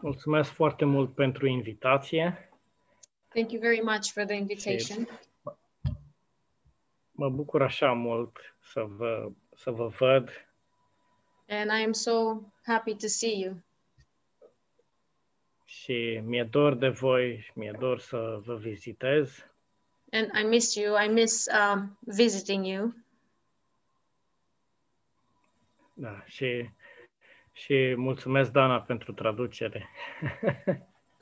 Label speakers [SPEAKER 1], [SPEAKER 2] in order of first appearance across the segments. [SPEAKER 1] Mulțumesc foarte mult pentru invitație.
[SPEAKER 2] Thank you very much for the invitation.
[SPEAKER 1] Mă bucur așa mult să vă, să vă văd.
[SPEAKER 2] And I am so happy to see you.
[SPEAKER 1] Și mi-e dor de voi, și mi-e dor să vă vizitez.
[SPEAKER 2] And I miss you. I miss um, visiting you.
[SPEAKER 1] Da, și, și mulțumesc, Dana, pentru traducere.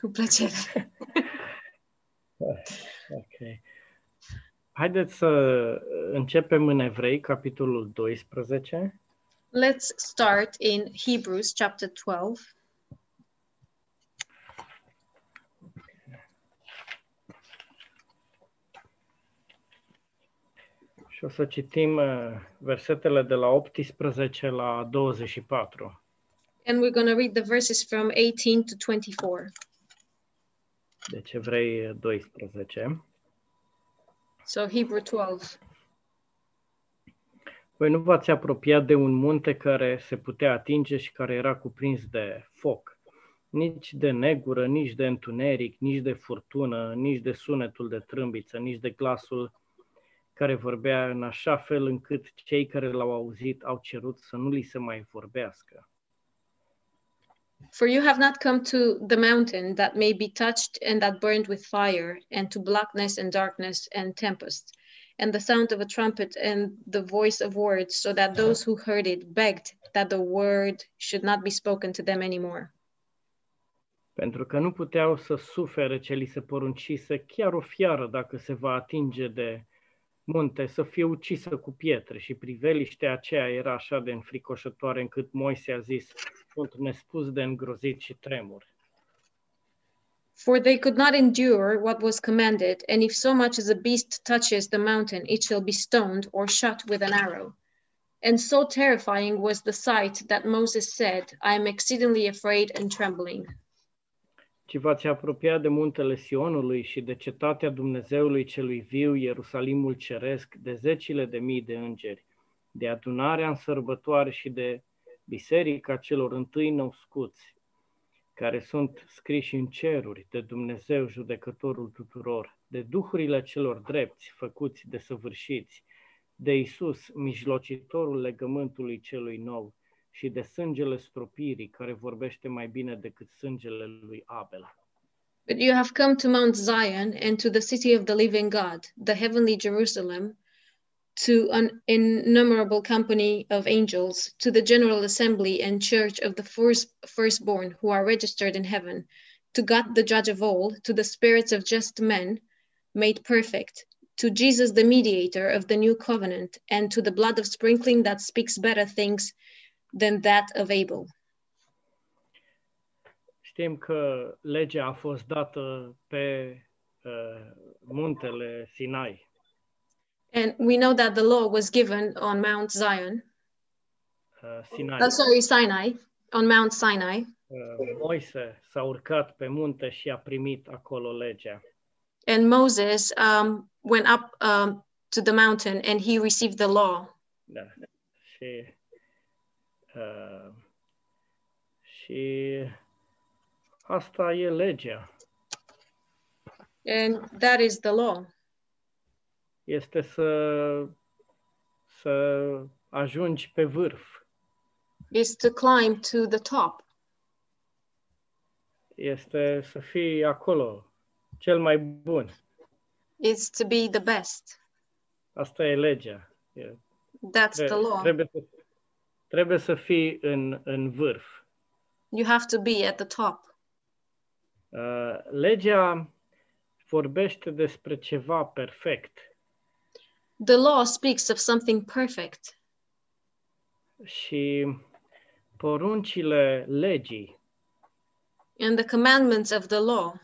[SPEAKER 2] Cu plăcere.
[SPEAKER 1] ok. Haideți să începem în Evrei, capitolul 12.
[SPEAKER 2] Let's start in Hebrews chapter 12.
[SPEAKER 1] Și o să citim uh, versetele de la 18 la 24.
[SPEAKER 2] And we're going to read the verses from 18 to 24.
[SPEAKER 1] Deci Evrei 12.
[SPEAKER 2] So Hebrew 12.
[SPEAKER 1] Voi Păi nu v-ați apropiat de un munte care se putea atinge și care era cuprins de foc, nici de negură, nici de întuneric, nici de furtună, nici de sunetul de trâmbiță, nici de glasul care vorbea în așa fel încât cei care l-au auzit au cerut să nu li se mai vorbească.
[SPEAKER 2] For you have not come to the mountain that may be touched and that burned with fire, and to blackness and darkness and tempest, and the sound of a trumpet and the voice of words, so that those who heard it begged that the word should not be spoken to them anymore.
[SPEAKER 1] Pentru că nu puteau să sufere ce li se poruncise chiar o fiară dacă se va atinge de munte să fie ucisă cu pietre și priveliștea aceea era așa de înfricoșătoare încât Moise a zis, sunt nespus de îngrozit și tremur.
[SPEAKER 2] For they could not endure what was commanded, and if so much as a beast touches the mountain, it shall be stoned or shot with an arrow. And so terrifying was the sight that Moses said, I am exceedingly afraid and trembling.
[SPEAKER 1] ci v-ați apropia de muntele Sionului și de cetatea Dumnezeului celui viu, Ierusalimul Ceresc, de zecile de mii de îngeri, de adunarea în sărbătoare și de biserica celor întâi născuți, care sunt scriși în ceruri, de Dumnezeu, judecătorul tuturor, de duhurile celor drepți, făcuți de săvârșiți, de Isus, mijlocitorul legământului celui nou, și de sângele stropirii care vorbește mai bine decât sângele lui Abel.
[SPEAKER 2] But you have come to Mount Zion and to the city of the living God, the heavenly Jerusalem, to an innumerable company of angels, to the general assembly and church of the first, firstborn who are registered in heaven, to God the judge of all, to the spirits of just men made perfect, to Jesus the mediator of the new covenant, and to the blood of sprinkling that speaks better things than that of Abel.
[SPEAKER 1] Știm că legea a fost dată pe uh, muntele Sinai,
[SPEAKER 2] And we know that the law was given on Mount Zion,
[SPEAKER 1] uh, Sinai.
[SPEAKER 2] uh, sorry, Sinai, on Mount Sinai.
[SPEAKER 1] Uh, Moise s-a urcat pe munte și a primit acolo legea.
[SPEAKER 2] And Moses um, went up um, to the mountain and he received the law.
[SPEAKER 1] Da. Și, uh, și asta e legea.
[SPEAKER 2] And that is the law.
[SPEAKER 1] Este să, să ajungi pe vârf.
[SPEAKER 2] is to climb to the top.
[SPEAKER 1] Este să fii acolo, cel mai bun.
[SPEAKER 2] It's to be the best.
[SPEAKER 1] Asta e legea. E,
[SPEAKER 2] That's the
[SPEAKER 1] tre-
[SPEAKER 2] law.
[SPEAKER 1] trebuie, să, trebuie să fii în, în vârf.
[SPEAKER 2] You have to be at the top.
[SPEAKER 1] Uh, legea vorbește despre ceva perfect
[SPEAKER 2] The law speaks of something perfect,
[SPEAKER 1] și poruncile legii
[SPEAKER 2] and the commandments of the law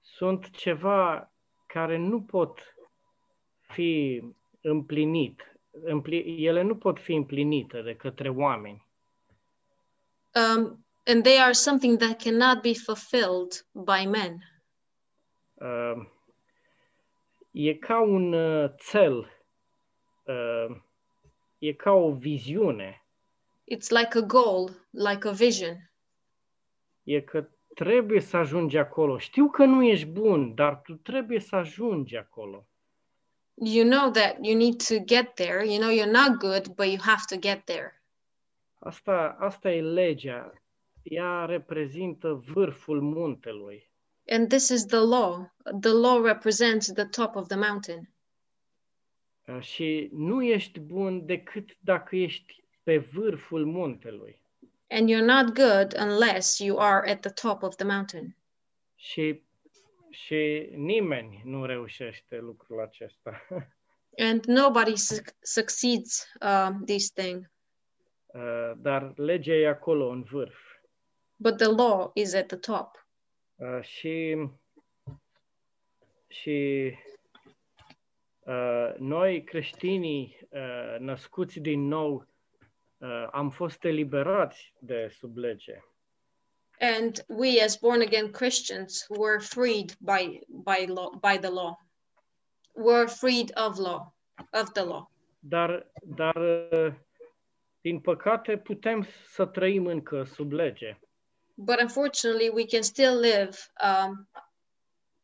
[SPEAKER 1] sunt ceva care nu pot fi împlinit. Împli- ele nu pot fi împlinite de către oameni.
[SPEAKER 2] um, and they are something that cannot be fulfilled by men.
[SPEAKER 1] Uh, e ca un uh, cel, uh, e ca o viziune
[SPEAKER 2] It's like a goal, like a vision
[SPEAKER 1] e că trebuie să ajungi acolo. Știu că nu ești bun, dar tu trebuie să ajungi acolo.
[SPEAKER 2] You know that you need to get there. You know you're not good, but you have to get there.
[SPEAKER 1] Asta, asta e legea. Ea reprezintă vârful muntelui.
[SPEAKER 2] And this is the law. The law represents the top of the mountain.
[SPEAKER 1] Uh, Și nu ești bun decât dacă ești pe vârful muntelui.
[SPEAKER 2] And you're not good unless you are at the top of the mountain.
[SPEAKER 1] Și, și nimeni nu reușește lucrul acesta.
[SPEAKER 2] And nobody suc succeeds uh, this thing,
[SPEAKER 1] Uh, Dar legea e acolo, în vârf.
[SPEAKER 2] but the law is at the top.
[SPEAKER 1] Uh, Și, și uh, noi creștinii uh, născuți din nou uh, am fost eliberați de sub lege.
[SPEAKER 2] And we, as born again Christians, were freed by by law by the law. Were freed of law, of the law.
[SPEAKER 1] Dar, dar uh, din păcate putem să trăim încă sub lege.
[SPEAKER 2] But unfortunately, we can still live. Um,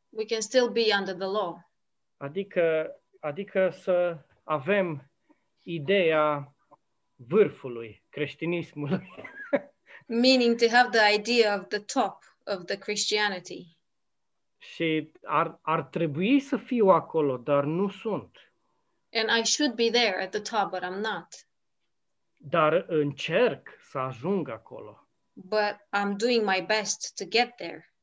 [SPEAKER 2] we can still be under the law.
[SPEAKER 1] Adică, adică să avem ideea vârfului creștinismului.
[SPEAKER 2] meaning to have the idea of the top of the Christianity.
[SPEAKER 1] Și ar, ar trebui să fiu acolo, dar nu sunt.
[SPEAKER 2] And I should be there at the top, but I'm not.
[SPEAKER 1] Dar încerc să ajung acolo.
[SPEAKER 2] But I'm doing my best to get there.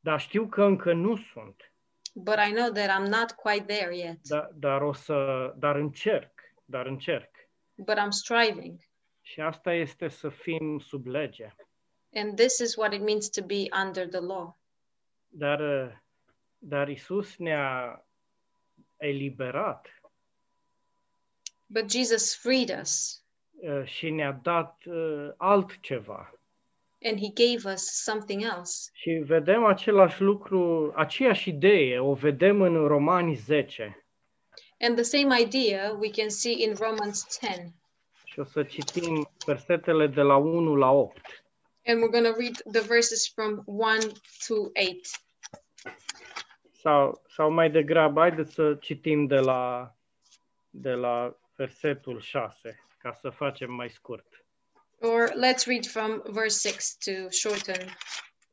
[SPEAKER 1] Dar știu că încă nu sunt.
[SPEAKER 2] But I know that I'm not quite there yet.
[SPEAKER 1] Dar, dar o să. Dar încerc. Dar încerc.
[SPEAKER 2] But I'm striving.
[SPEAKER 1] Și asta este să fim sub lege.
[SPEAKER 2] And this is what it means to be under the law.
[SPEAKER 1] Dar, dar Isus ne-a eliberat
[SPEAKER 2] But Jesus freed us
[SPEAKER 1] uh, și ne-a dat uh, altceva.
[SPEAKER 2] and he gave us something else.
[SPEAKER 1] Și vedem același lucru, aceeași idee, o vedem în Romani 10.
[SPEAKER 2] And the same idea we can see in Romans 10.
[SPEAKER 1] Și o să citim versetele de la 1 la 8.
[SPEAKER 2] And we're going to read the verses from 1 to 8.
[SPEAKER 1] Sau, sau mai degrabă, haideți să citim de la, de la versetul 6, ca să facem mai scurt.
[SPEAKER 2] Or let's read from verse 6 to shorten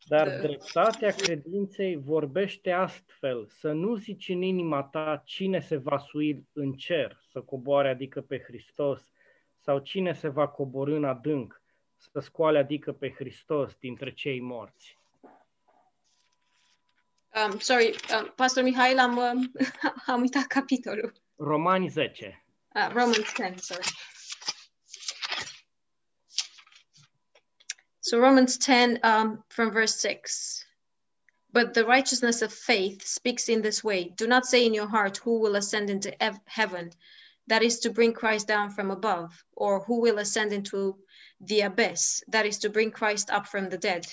[SPEAKER 1] Dar
[SPEAKER 2] Da.
[SPEAKER 1] dreptatea credinței vorbește astfel, să nu zici în inima ta cine se va sui în cer, să coboare, adică pe Hristos, sau cine se va coborî în adânc, să scoale, adică pe Hristos, dintre cei morți.
[SPEAKER 2] Um, sorry, um, Pastor Mihail, am, um, am uitat capitolul.
[SPEAKER 1] Romani 10.
[SPEAKER 2] Uh, Romans 10, sorry. So Romans 10 um, from verse 6. But the righteousness of faith speaks in this way Do not say in your heart, Who will ascend into hev- heaven? That is to bring Christ down from above, or who will ascend into the abyss? That is to bring Christ up from the dead.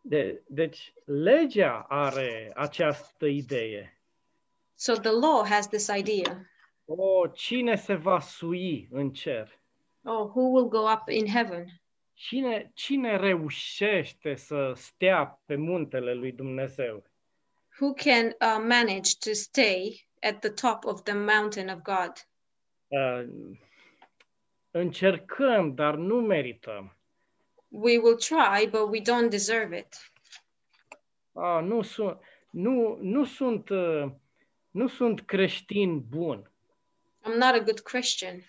[SPEAKER 1] De, deci, legea are această idee.
[SPEAKER 2] So the law has this idea.
[SPEAKER 1] O, cine se va sui în cer?
[SPEAKER 2] Oh, who will go up in heaven?
[SPEAKER 1] Cine, cine reușește să stea pe muntele lui Dumnezeu?
[SPEAKER 2] who can uh, manage to stay at the top of the mountain of God.
[SPEAKER 1] Uh, încercăm, dar nu merităm.
[SPEAKER 2] We will try, but we don't deserve it.
[SPEAKER 1] A, nu, sunt, nu, nu, sunt, uh, nu sunt creștin bun.
[SPEAKER 2] I'm not a good Christian.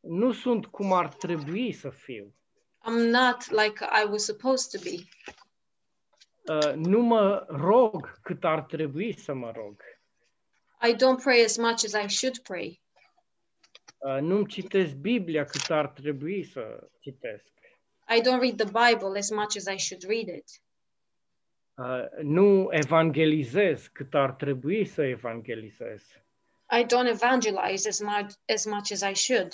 [SPEAKER 1] Nu sunt cum ar trebui să fiu.
[SPEAKER 2] I'm not like I was supposed to be.
[SPEAKER 1] Uh, nu mă rog cât ar trebui să mă rog.
[SPEAKER 2] I don't pray as much as I should pray.
[SPEAKER 1] Uh, nu-mi citesc Biblia cât ar trebui să citesc.
[SPEAKER 2] I don't read the Bible as much as I should read it.
[SPEAKER 1] Uh, Nu evangelizez cât ar trebui să evangelizez.
[SPEAKER 2] I don't evangelize as much as much as I should.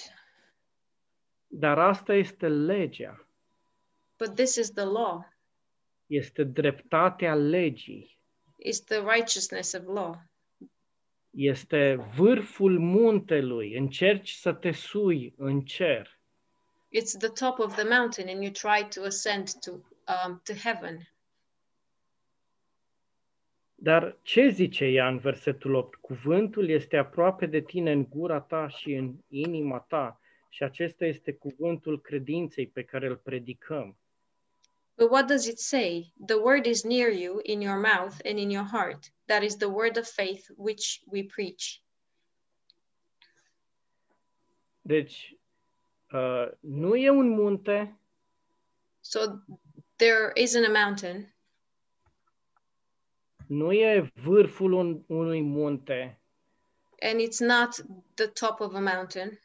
[SPEAKER 1] Dar asta este legea.
[SPEAKER 2] But this is the law.
[SPEAKER 1] Este dreptatea legii.
[SPEAKER 2] It's the righteousness of law.
[SPEAKER 1] Este vârful muntelui. Încerci să te sui în cer.
[SPEAKER 2] It's the top of the mountain and you try to ascend to um, to heaven.
[SPEAKER 1] Dar ce zice ea în versetul 8? Cuvântul este aproape de tine în gura ta și în inima ta și acesta este cuvântul credinței pe care îl predicăm.
[SPEAKER 2] But what does it say? The word is near you, in your mouth and in your heart. That is the word of faith which we preach.
[SPEAKER 1] Deci, uh, nu e un munte,
[SPEAKER 2] So there isn't a mountain,
[SPEAKER 1] nu e vârful un, unui munte,
[SPEAKER 2] and it's not the top of a mountain,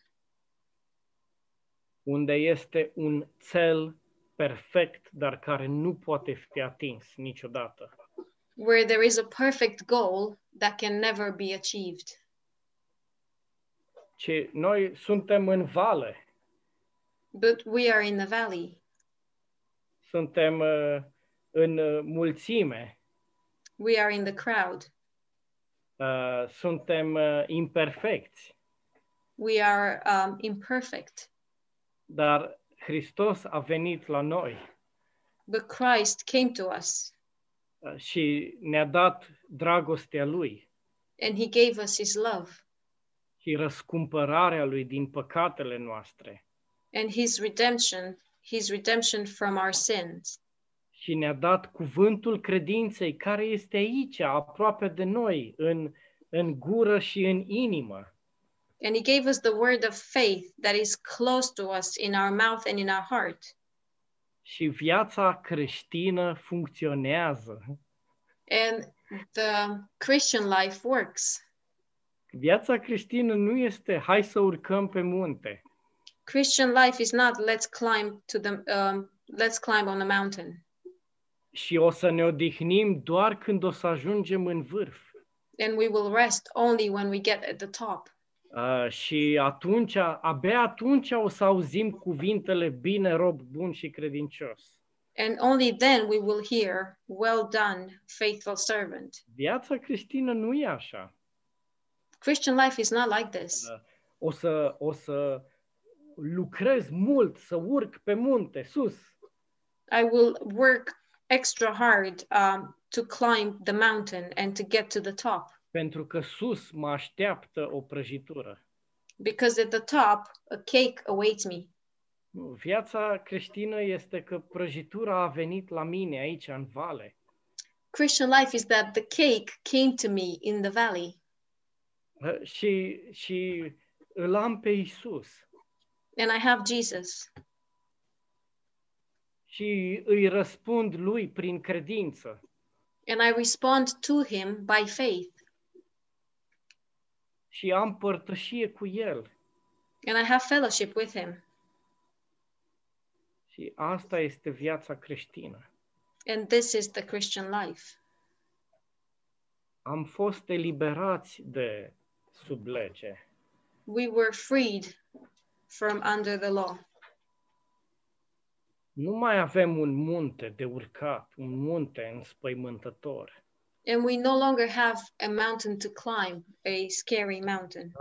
[SPEAKER 1] unde este un cel perfect, dar care nu poate fi atins niciodată.
[SPEAKER 2] where there is a perfect goal that can never be achieved.
[SPEAKER 1] Ci noi suntem în vale,
[SPEAKER 2] But we are in the valley,
[SPEAKER 1] suntem uh, în uh, mulțime,
[SPEAKER 2] we are in the crowd,
[SPEAKER 1] uh, suntem uh, imperfecți,
[SPEAKER 2] we are um, imperfect.
[SPEAKER 1] dar Hristos a venit la noi
[SPEAKER 2] But Christ came to us
[SPEAKER 1] uh, și ne-a dat dragostea Lui
[SPEAKER 2] and he gave us his love
[SPEAKER 1] și răscumpărarea Lui din păcatele noastre
[SPEAKER 2] and his redemption, his redemption from our sins.
[SPEAKER 1] și ne-a dat cuvântul credinței care este aici, aproape de noi, în, în gură și în inimă.
[SPEAKER 2] And he gave us the word of faith that is close to us in our mouth and in our heart.
[SPEAKER 1] Și viața creștină funcționează.
[SPEAKER 2] And the Christian life works.
[SPEAKER 1] Viața creștină nu este hai să urcăm pe munte.
[SPEAKER 2] Christian life is not let's climb to the um, let's climb on the mountain
[SPEAKER 1] și o să ne odihnim doar când o să ajungem în vârf.
[SPEAKER 2] and we will rest only when we get at the top.
[SPEAKER 1] Uh, și atunci, abia atunci o să auzim cuvintele bine, rob bun și credincios.
[SPEAKER 2] And only then we will hear, Well done, faithful servant.
[SPEAKER 1] Viața creștină nu e așa.
[SPEAKER 2] Christian life is not like this.
[SPEAKER 1] O să, o să lucrez mult, să urc pe munte, sus.
[SPEAKER 2] I will work extra hard um, to climb the mountain and to get to the top
[SPEAKER 1] Pentru că sus mă așteaptă o prăjitură.
[SPEAKER 2] because at the top, a cake awaits me.
[SPEAKER 1] Nu, Viața creștină este că prăjitura a venit la mine aici, în vale.
[SPEAKER 2] Christian life is that the cake came to me in the valley
[SPEAKER 1] ă, și, și îl am pe Isus
[SPEAKER 2] and I have Jesus
[SPEAKER 1] și îi răspund lui prin credință.
[SPEAKER 2] and I respond to him by faith
[SPEAKER 1] și am părtășie cu el.
[SPEAKER 2] and I have fellowship with him.
[SPEAKER 1] Și asta este viața creștină.
[SPEAKER 2] And this is the Christian life.
[SPEAKER 1] Am fost eliberați de sub lege.
[SPEAKER 2] We were freed from under the law.
[SPEAKER 1] Nu mai avem un munte de urcat, un munte înspăimântător.
[SPEAKER 2] And we no longer have a mountain to climb, a scary mountain.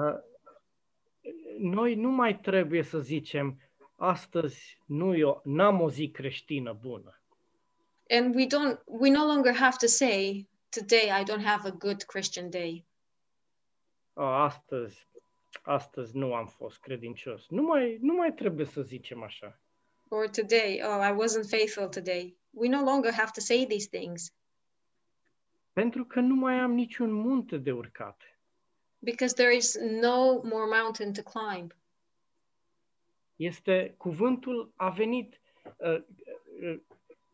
[SPEAKER 1] Noi nu mai trebuie să zicem astăzi nu eu n-am o zi creștină bună.
[SPEAKER 2] and we don't we no longer have to say today i don't have a good christian day
[SPEAKER 1] a, astăzi, astăzi nu am fost credincios. Nu mai, nu mai trebuie să zicem așa.
[SPEAKER 2] or today oh i wasn't faithful today we no longer have to say these things
[SPEAKER 1] Pentru că nu mai am niciun munte de urcat.
[SPEAKER 2] because there is no more mountain to climb
[SPEAKER 1] Este cuvântul a venit, uh, uh,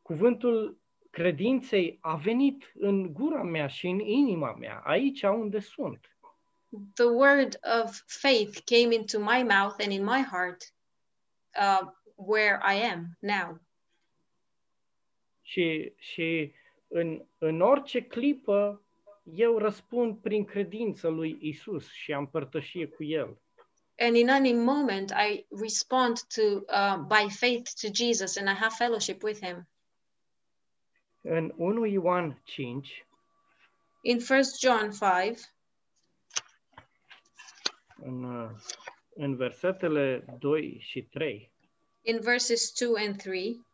[SPEAKER 1] cuvântul credinței a venit în gura mea și în inima mea, aici unde sunt.
[SPEAKER 2] the word of faith came into my mouth and in my heart uh, where i am now
[SPEAKER 1] Și, și în, în orice clipă eu răspund prin credință lui Isus și am părtășie cu El.
[SPEAKER 2] and in any moment i respond to uh, by faith to jesus and i have fellowship with him
[SPEAKER 1] În 1 Ioan 5,
[SPEAKER 2] in first john 5
[SPEAKER 1] în, uh, în versetele 2 și 3,
[SPEAKER 2] in verses 2 and 3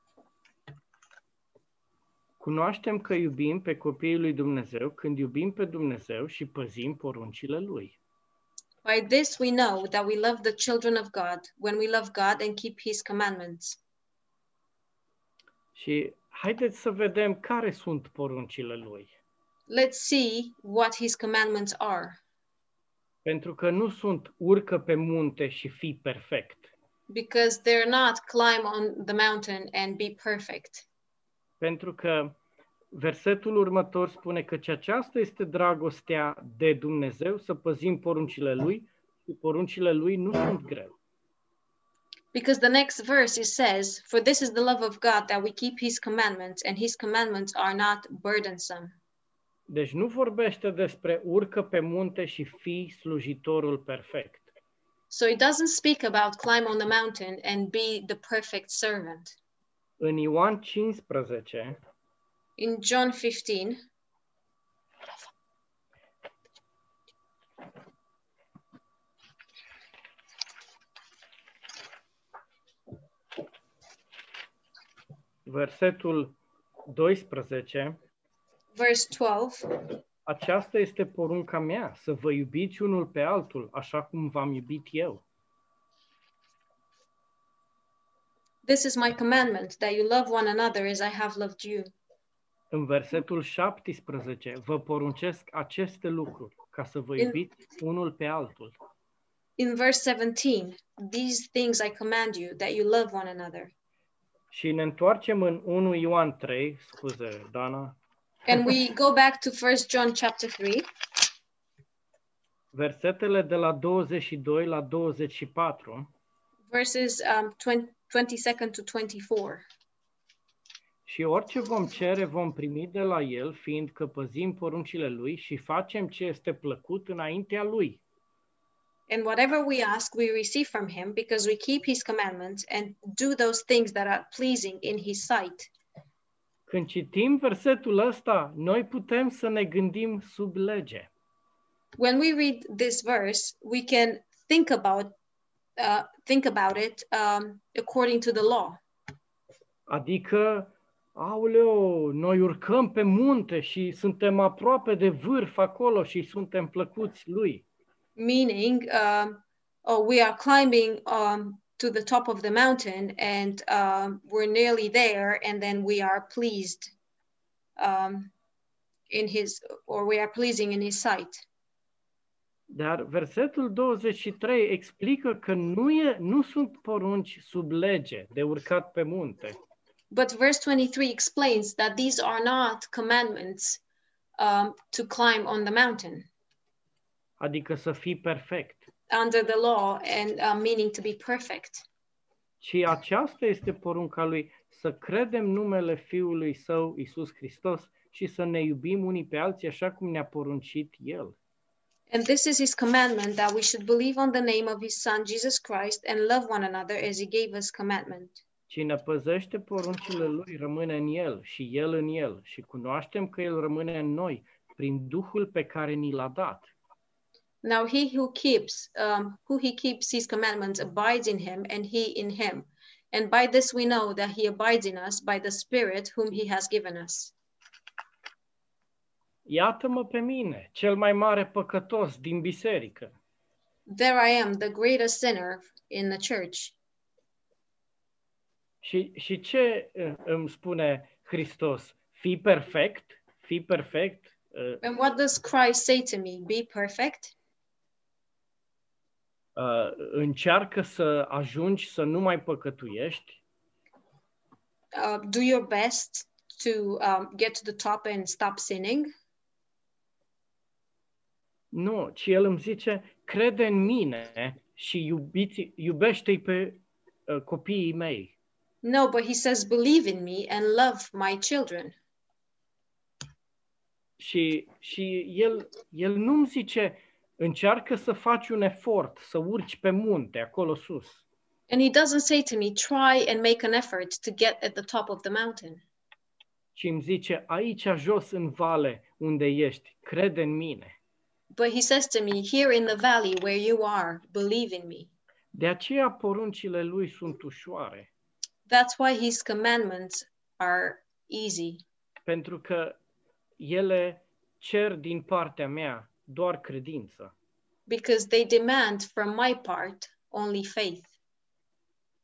[SPEAKER 1] Cunoaștem că iubim pe copiii lui Dumnezeu când iubim pe Dumnezeu și păzim poruncile lui.
[SPEAKER 2] By this we know that we love the children of God when we love God and keep his commandments.
[SPEAKER 1] Și haideți să vedem care sunt poruncile lui.
[SPEAKER 2] Let's see what his commandments are
[SPEAKER 1] Pentru că nu sunt urcă pe munte și fii perfect.
[SPEAKER 2] because they're not climb on the mountain and be perfect.
[SPEAKER 1] Pentru că versetul următor spune că aceasta este dragostea de Dumnezeu, să păzim poruncile lui și poruncile lui nu sunt greu.
[SPEAKER 2] Because the next verse it says, For this is the love of God that we keep his commandments, and his commandments are not burdensome.
[SPEAKER 1] Deci nu vorbește despre urcă pe munte și fii slujitorul perfect.
[SPEAKER 2] So it doesn't speak about climb on the mountain and be the perfect servant.
[SPEAKER 1] În Ioan 15,
[SPEAKER 2] In John 15,
[SPEAKER 1] versetul 12,
[SPEAKER 2] verse 12,
[SPEAKER 1] aceasta este porunca mea, să vă iubiți unul pe altul, așa cum v-am iubit eu.
[SPEAKER 2] This is my commandment that you love one another as I have loved you.
[SPEAKER 1] În versetul 17, vă poruncesc aceste lucruri, ca să vă iubiți unul pe altul.
[SPEAKER 2] In verse 17, these things I command you that you love one another.
[SPEAKER 1] Și ne întoarcem în 1 Ioan 3, scuze, Dana,
[SPEAKER 2] And we go back to First John chapter 3,
[SPEAKER 1] versetele de la 22 la 24.
[SPEAKER 2] verses um, 20, 22nd to 24.
[SPEAKER 1] Și orice vom cere, vom primi de la El, fiindcă păzim poruncile Lui și facem ce este plăcut înaintea Lui.
[SPEAKER 2] And whatever we ask, we receive from him because we keep his commandments and do those things that are pleasing in his sight.
[SPEAKER 1] Când citim versetul ăsta, noi putem să ne gândim sub lege.
[SPEAKER 2] When we read this verse, we can think about uh, think about it um, according to the law.
[SPEAKER 1] Adică, aoleo, noi urcăm pe munte și suntem aproape de vârf acolo și suntem plăcuți Lui.
[SPEAKER 2] meaning um, oh, we are climbing um, to the top of the mountain and um, we're nearly there and then we are pleased um, in his or we are pleasing in his sight
[SPEAKER 1] Dar versetul 23 explică că nu, e, nu sunt porunci sub lege de urcat pe munte.
[SPEAKER 2] but verse 23 explains that these are not commandments um, to climb on the mountain
[SPEAKER 1] adică să fii perfect.
[SPEAKER 2] under the law and uh, meaning to be perfect
[SPEAKER 1] Ci aceasta este porunca lui, să credem numele Fiului Său, Isus Hristos, și să ne iubim unii pe alții așa cum ne-a poruncit El.
[SPEAKER 2] and this is his commandment that we should believe on the name of his son jesus christ and love one another as he gave us commandment
[SPEAKER 1] Cine păzește poruncile Lui rămâne în El și El în El și cunoaștem că El rămâne în noi prin Duhul pe care ni l-a dat.
[SPEAKER 2] Now he who keeps um, who he keeps his commandments abides in him, and he in him. And by this we know that he abides in us by the Spirit whom he has given us.
[SPEAKER 1] Iată-mă pe mine, cel mai mare păcătos din biserică.
[SPEAKER 2] There I am, the greatest sinner in the church.
[SPEAKER 1] Și, și ce uh, îmi spune Hristos? Fii perfect? Fii perfect? Uh,
[SPEAKER 2] And what does Christ say to me? Be perfect?
[SPEAKER 1] Uh, încearcă să ajungi să nu mai păcătuiești,
[SPEAKER 2] Uh, do your best to um, get to the top and stop sinning.
[SPEAKER 1] nu, ci el îmi zice, crede în mine și iubiți, iubește-i pe uh, copiii mei.
[SPEAKER 2] No, but he says, believe in me and love my children.
[SPEAKER 1] Și, și el, el nu îmi zice, încearcă să faci un efort, să urci pe munte, acolo sus.
[SPEAKER 2] And he doesn't say to me, try and make an effort to get at the top of the mountain.
[SPEAKER 1] Și îmi zice, aici jos în vale unde ești, crede în mine.
[SPEAKER 2] But he says to me, Here in the valley where you are, believe in me.
[SPEAKER 1] De aceea poruncile lui sunt ușoare.
[SPEAKER 2] That's why his commandments are easy.
[SPEAKER 1] pentru că ele cer din partea mea doar credință
[SPEAKER 2] because they demand from my part only faith.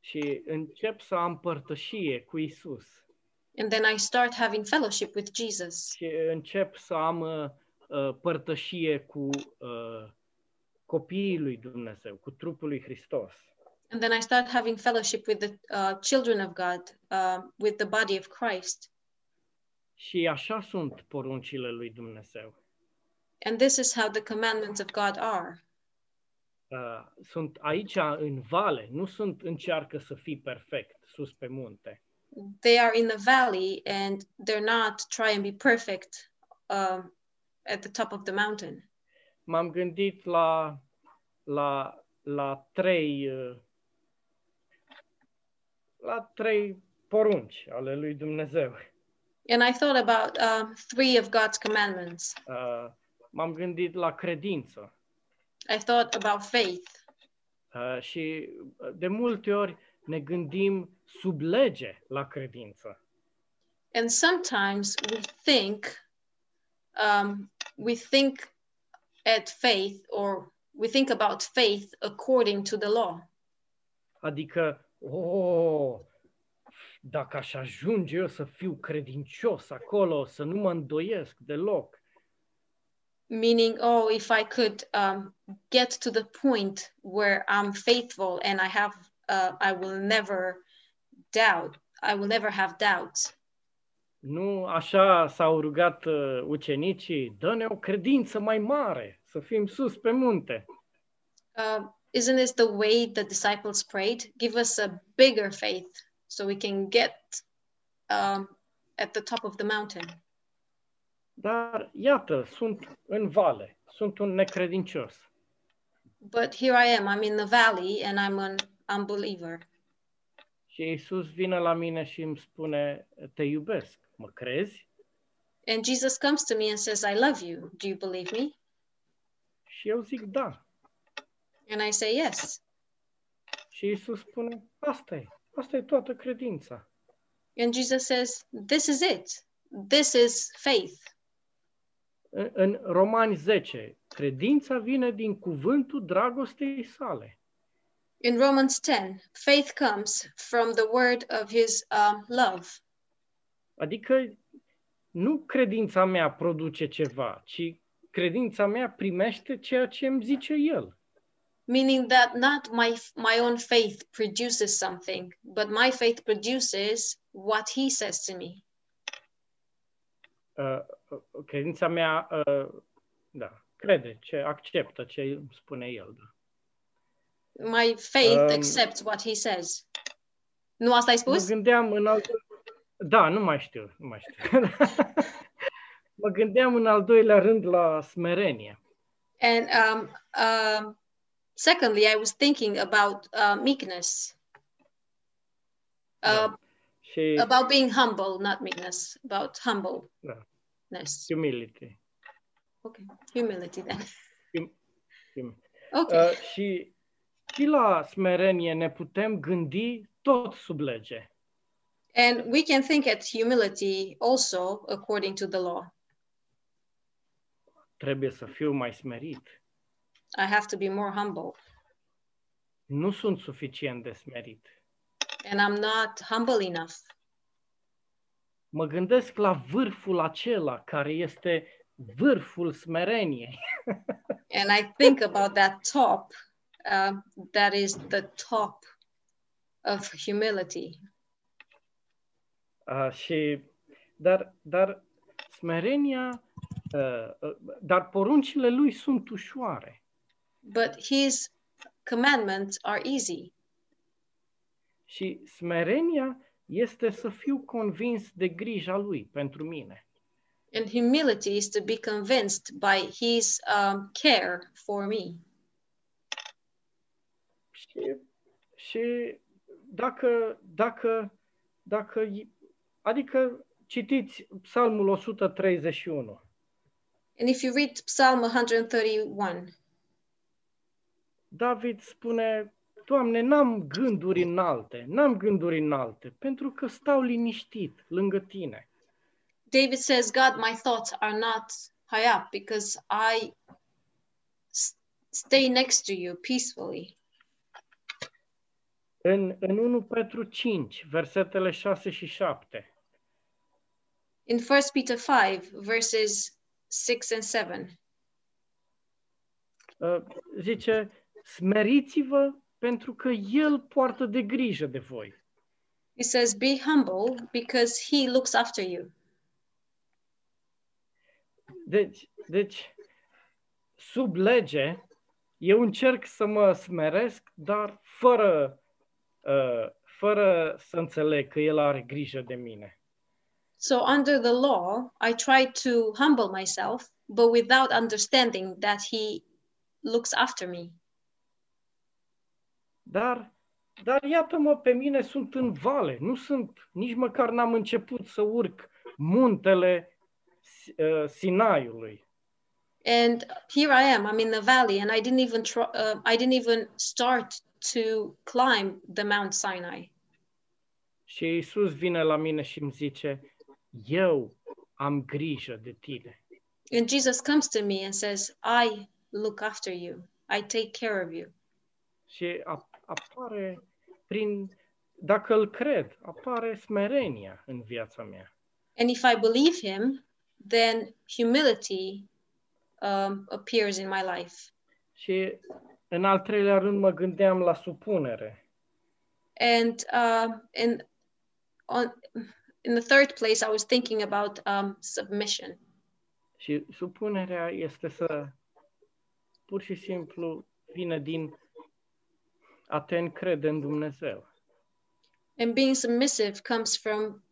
[SPEAKER 1] și încep să am părtășie cu Isus
[SPEAKER 2] And then I start having fellowship with Jesus.
[SPEAKER 1] și încep să am uh, uh, părtășie cu uh, copiii lui Dumnezeu, cu trupul lui Hristos.
[SPEAKER 2] And then I start having fellowship with the uh, children of God, uh, with the body of Christ.
[SPEAKER 1] Și așa sunt poruncile lui Dumnezeu.
[SPEAKER 2] And this is how the commandments of God are.
[SPEAKER 1] Uh, sunt aici în vale, nu sunt încearcă să fii perfect sus pe munte.
[SPEAKER 2] They are in the valley and they're not try and be perfect um, at the top of the mountain.
[SPEAKER 1] M-am gândit la, la, la trei uh, la trei porunci ale lui Dumnezeu.
[SPEAKER 2] And I thought about uh, three of God's commandments.
[SPEAKER 1] Uh, m-am gândit la credință
[SPEAKER 2] I thought about faith.
[SPEAKER 1] uh, și uh, de multe ori ne gândim sub lege la credință.
[SPEAKER 2] And sometimes we think, um, we think at faith or we think about faith according to the law.
[SPEAKER 1] Adică, oh, dacă aș ajunge eu să fiu credincios acolo, să nu mă îndoiesc deloc,
[SPEAKER 2] meaning oh if i could um, get to the point where i'm faithful and i have uh, i will never doubt i will never have doubts
[SPEAKER 1] nu așa s-au rugat uh, ucenicii, dă-ne o credință mai mare, să fim sus pe munte.
[SPEAKER 2] uh, isn't this the way the disciples prayed give us a bigger faith so we can get um, at the top of the mountain
[SPEAKER 1] Dar iată, sunt în vale, sunt un necredincios.
[SPEAKER 2] but here i am i'm in the valley and i'm an unbeliever
[SPEAKER 1] Și Isus vine la mine și îmi spune, te iubesc, mă crezi?
[SPEAKER 2] and jesus comes to me and says i love you do you believe me
[SPEAKER 1] Și eu zic, da.
[SPEAKER 2] and i say yes
[SPEAKER 1] Și Isus spune, asta e, asta e toată credința.
[SPEAKER 2] And Jesus says, This is it. This is faith.
[SPEAKER 1] În- în Romani 10, credința vine din cuvântul dragostei sale.
[SPEAKER 2] In Romans 10, faith comes from the word of his um, love.
[SPEAKER 1] Adică nu credința mea produce ceva, ci credința mea primește ceea ce îmi zice el.
[SPEAKER 2] Meaning that not my my own faith produces something, but my faith produces what he says to me.
[SPEAKER 1] Uh, uh, Credința mea, uh, da, crede, ce acceptă ce îmi spune el. Da.
[SPEAKER 2] My faith
[SPEAKER 1] Um,
[SPEAKER 2] accepts what he says. Nu asta ai
[SPEAKER 1] Mă
[SPEAKER 2] spus?
[SPEAKER 1] gândeam în al... Da, nu mai știu, nu mai știu. mă gândeam în al doilea rând la smerenie.
[SPEAKER 2] And um, um, secondly, I was thinking about uh, meekness. Uh,
[SPEAKER 1] Da. Și
[SPEAKER 2] about being humble, not meekness, about humbleness.
[SPEAKER 1] Da. humility.
[SPEAKER 2] Okay, humility then.
[SPEAKER 1] Hum-
[SPEAKER 2] Okay,
[SPEAKER 1] Uh, și, și la smerenie ne putem gândi tot sub lege.
[SPEAKER 2] and we can think at humility also according to the law.
[SPEAKER 1] Trebuie să fiu mai smerit.
[SPEAKER 2] I have to be more humble,
[SPEAKER 1] Nu sunt suficient de smerit.
[SPEAKER 2] and I'm not humble enough.
[SPEAKER 1] Mă gândesc la vârful acela care este vârful smereniei.
[SPEAKER 2] And I think about that top, um, that is the top of humility.
[SPEAKER 1] Uh, și, dar, dar smerenia, uh, uh, dar poruncile lui sunt ușoare.
[SPEAKER 2] But his commandments are easy,
[SPEAKER 1] Și smerenia este să fiu convins de grija lui pentru mine.
[SPEAKER 2] and humility is to be convinced by his um, care for me.
[SPEAKER 1] Și, și dacă, dacă, dacă, adică citiți Psalmul 131.
[SPEAKER 2] And if you read Psalm 131,
[SPEAKER 1] David spune, Doamne, n-am gânduri înalte, n-am gânduri înalte, pentru că stau liniștit lângă tine.
[SPEAKER 2] David says, God, my thoughts are not high up because I s- stay next to you peacefully.
[SPEAKER 1] În, în 1 Petru 5, versetele 6 și 7,
[SPEAKER 2] In 1 Peter 5, verses 6 and 7,
[SPEAKER 1] uh, zice, smeriți-vă pentru că El poartă de grijă de voi.
[SPEAKER 2] he says, Be humble because he looks after you.
[SPEAKER 1] Deci, deci sub lege, eu încerc să mă smeresc, dar fără, uh, fără să înțeleg că El are grijă de mine.
[SPEAKER 2] So, under the law, I try to humble myself, but without understanding that he looks after me.
[SPEAKER 1] Dar, dar iată-mă, pe mine sunt în vale, nu sunt, nici măcar n-am început să urc muntele uh, Sinaiului.
[SPEAKER 2] and here i am i'm in the valley and i didn't even try uh, i didn't even start to climb the mount sinai
[SPEAKER 1] Și Isus vine la mine și îmi zice, eu am grijă de tine.
[SPEAKER 2] and jesus comes to me and says i look after you i take care of you
[SPEAKER 1] Și ap- apare prin, dacă îl cred, apare smerenia în viața mea.
[SPEAKER 2] and if i believe him then humility um, appears in my life
[SPEAKER 1] Și în al treilea rând mă gândeam la supunere.
[SPEAKER 2] and um and on in the third place i was thinking about um, submission
[SPEAKER 1] Și supunerea este să pur și simplu vină din a te încrede în Dumnezeu.
[SPEAKER 2] and being submissive comes from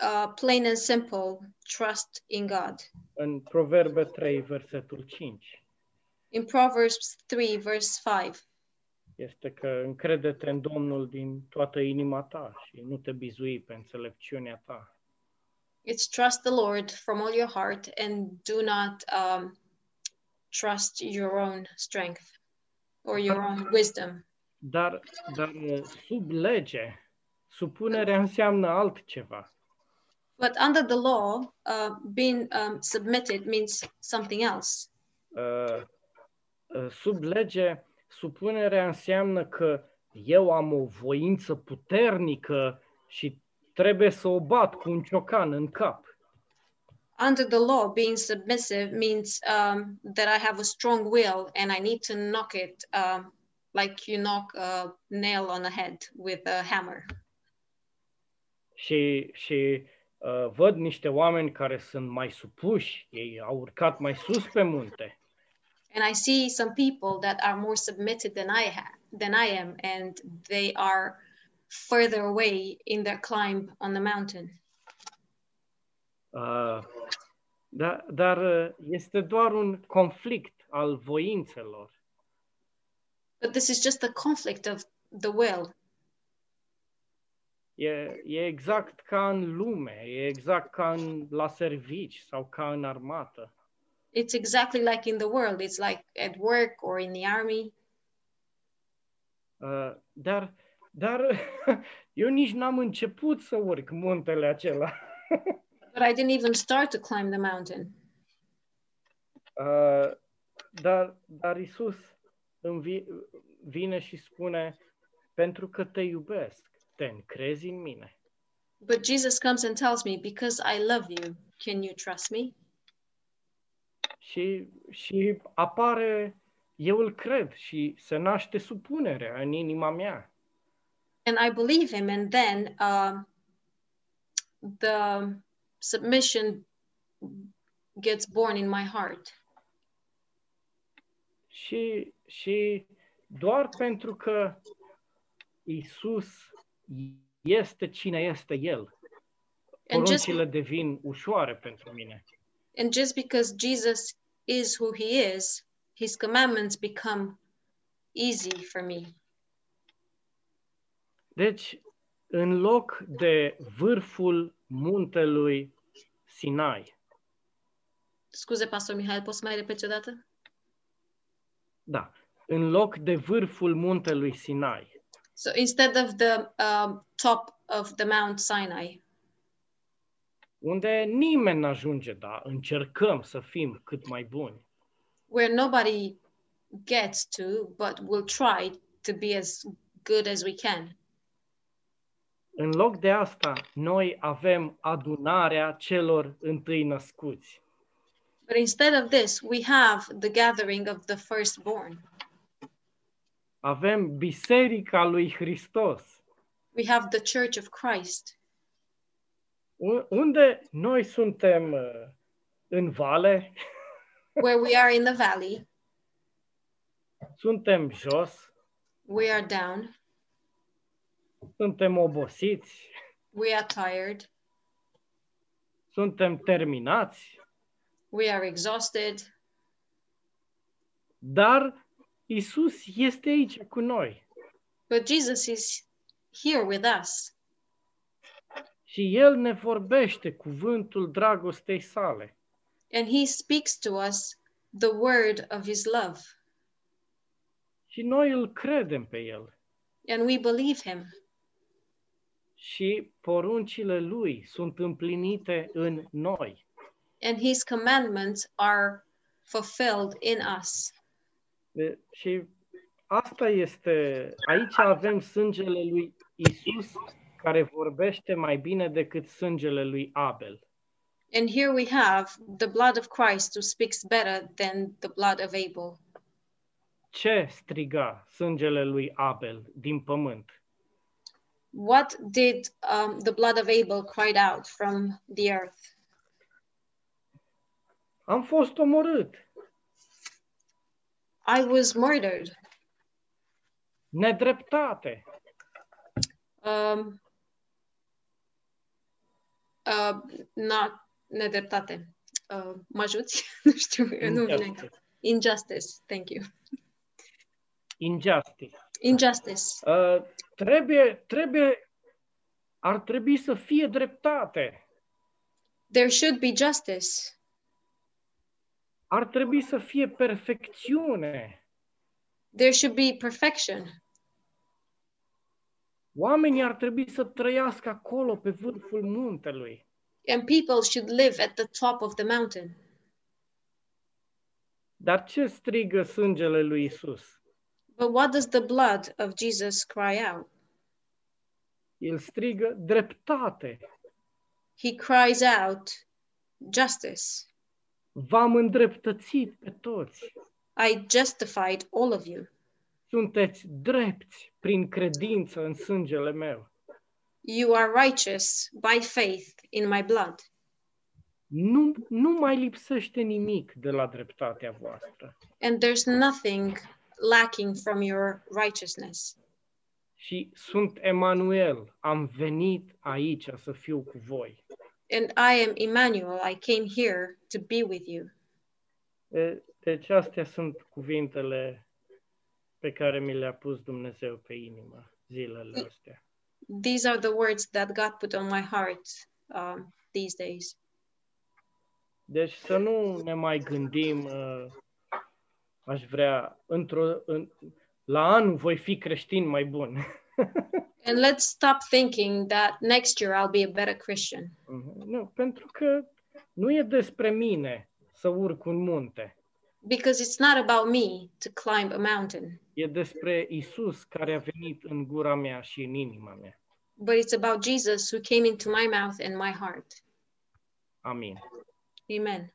[SPEAKER 2] uh, plain and simple trust in God.
[SPEAKER 1] În Proverbe 3, versetul 5,
[SPEAKER 2] In Proverbs 3, verse 5,
[SPEAKER 1] este că încrede-te în Domnul din toată inima ta și nu te bizui pe înțelepciunea ta.
[SPEAKER 2] it's trust the Lord from all your heart and do not um, trust your own strength or your own wisdom.
[SPEAKER 1] Dar, dar uh, sub lege, supunerea înseamnă altceva.
[SPEAKER 2] But under the law, uh, being um, submitted means something else.
[SPEAKER 1] Uh, uh, Sub lege, supunerea înseamnă că eu am o voință puternică și trebuie să o bat cu un ciocan în cap.
[SPEAKER 2] Under the law, being submissive means um, that I have a strong will and I need to knock it um, like you knock a nail on the head with a hammer.
[SPEAKER 1] Și, și uh, văd niște oameni care sunt mai supuși, ei au urcat mai sus pe munte
[SPEAKER 2] And I see some people that are more submitted than I ha- than I am, and they are further away in their climb on the mountain.
[SPEAKER 1] Uh, da, dar uh, este doar un conflict al voințelor.
[SPEAKER 2] But this is just a conflict of the will.
[SPEAKER 1] E, e exact ca în lume, e exact ca în, la servici sau ca în armată.
[SPEAKER 2] It's exactly like in the world. It's like at work or in the army.
[SPEAKER 1] Uh, dar dar eu nici n-am început să urc muntele acela.
[SPEAKER 2] But I didn't even start to climb the mountain.
[SPEAKER 1] Uh, dar, dar Isus îmi vi- vine și spune, pentru că te iubesc, te încrezi în mine.
[SPEAKER 2] But Jesus comes and tells me, Because I love you, can you trust me?
[SPEAKER 1] Și, și apare, eu îl cred și se naște supunerea în inima mea.
[SPEAKER 2] And I believe him. And then um, the submission gets born in my heart.
[SPEAKER 1] Și, și doar pentru că Isus este cine este El,
[SPEAKER 2] And just,
[SPEAKER 1] poruncile devin ușoare pentru mine.
[SPEAKER 2] and just because Jesus is who he is, his commandments become easy for me.
[SPEAKER 1] Deci, în loc de vârful muntelui Sinai,
[SPEAKER 2] Scuze, Pastor Mihail, poți să mai repeți o dată?
[SPEAKER 1] da, în loc de vârful muntelui Sinai,
[SPEAKER 2] So instead of the um, top of the Mount Sinai,
[SPEAKER 1] unde nimeni n-ajunge, dar încercăm să fim cât mai buni.
[SPEAKER 2] where nobody gets to, but we'll try to be as good as we can.
[SPEAKER 1] În loc de asta, noi avem adunarea celor întâi născuți.
[SPEAKER 2] But instead of this, we have the gathering of the firstborn.
[SPEAKER 1] Avem Biserica lui Hristos,
[SPEAKER 2] We have the Church of Christ,
[SPEAKER 1] u- unde noi suntem uh, în vale,
[SPEAKER 2] where we are in the valley,
[SPEAKER 1] suntem jos,
[SPEAKER 2] we are down,
[SPEAKER 1] suntem obosiți,
[SPEAKER 2] we are tired,
[SPEAKER 1] suntem terminați,
[SPEAKER 2] we are exhausted,
[SPEAKER 1] dar Isus este aici cu noi
[SPEAKER 2] but Jesus is here with us
[SPEAKER 1] și El ne vorbește cuvântul dragostei sale.
[SPEAKER 2] and he speaks to us the word of his love
[SPEAKER 1] Și noi îl credem pe el
[SPEAKER 2] and we believe him
[SPEAKER 1] și poruncile lui sunt împlinite în noi.
[SPEAKER 2] and his commandments are fulfilled in us.
[SPEAKER 1] E, Și asta este, aici avem sângele lui Isus care vorbește mai bine decât sângele lui Abel.
[SPEAKER 2] And here we have the blood of Christ who speaks better than the blood of Abel.
[SPEAKER 1] Ce striga sângele lui Abel din pământ?
[SPEAKER 2] What did um, the blood of Abel cried out from the earth?
[SPEAKER 1] Am fost omorât,
[SPEAKER 2] I was murdered,
[SPEAKER 1] nedreptate,
[SPEAKER 2] um, uh, not nedreptate. Uh, mă ajuți? nu știu, nu vine.
[SPEAKER 1] injustice.
[SPEAKER 2] Injustice, thank you.
[SPEAKER 1] injustice.
[SPEAKER 2] Injustice.
[SPEAKER 1] Uh, trebuie, trebuie, ar trebui să fie dreptate.
[SPEAKER 2] There should be justice.
[SPEAKER 1] ar trebui să fie perfecțiune.
[SPEAKER 2] There should be perfection.
[SPEAKER 1] Oamenii ar trebui să trăiască acolo, pe vârful muntelui.
[SPEAKER 2] And people should live at the top of the mountain.
[SPEAKER 1] Dar ce strigă sângele lui Isus?
[SPEAKER 2] But what does the blood of Jesus cry out?
[SPEAKER 1] El strigă dreptate.
[SPEAKER 2] He cries out, Justice,
[SPEAKER 1] V-am îndreptățit pe toți.
[SPEAKER 2] I justified all of you.
[SPEAKER 1] Sunteți drepți prin credință în sângele meu.
[SPEAKER 2] You are righteous by faith in my blood.
[SPEAKER 1] Nu, nu mai lipsește nimic de la dreptatea voastră.
[SPEAKER 2] And there's nothing lacking from your righteousness.
[SPEAKER 1] Și sunt Emanuel, am venit aici să fiu cu voi.
[SPEAKER 2] And I am Emmanuel. I came here to be with you.
[SPEAKER 1] E, Deci astea sunt cuvintele pe care mi le-a pus Dumnezeu pe inimă zilele astea.
[SPEAKER 2] These are the words that God put on my heart um, these days.
[SPEAKER 1] Deci să nu ne mai gândim, uh, aș vrea, într-o, în, la anul voi fi creștin mai bun.
[SPEAKER 2] And let's stop thinking that next year I'll be a better Christian.
[SPEAKER 1] nu, pentru că nu e despre mine să urc un munte.
[SPEAKER 2] Because it's not about me to climb a mountain,
[SPEAKER 1] E despre Isus care a venit în gura mea și în inima mea.
[SPEAKER 2] but it's about Jesus who came into my mouth and my heart.
[SPEAKER 1] Amin.
[SPEAKER 2] Amen.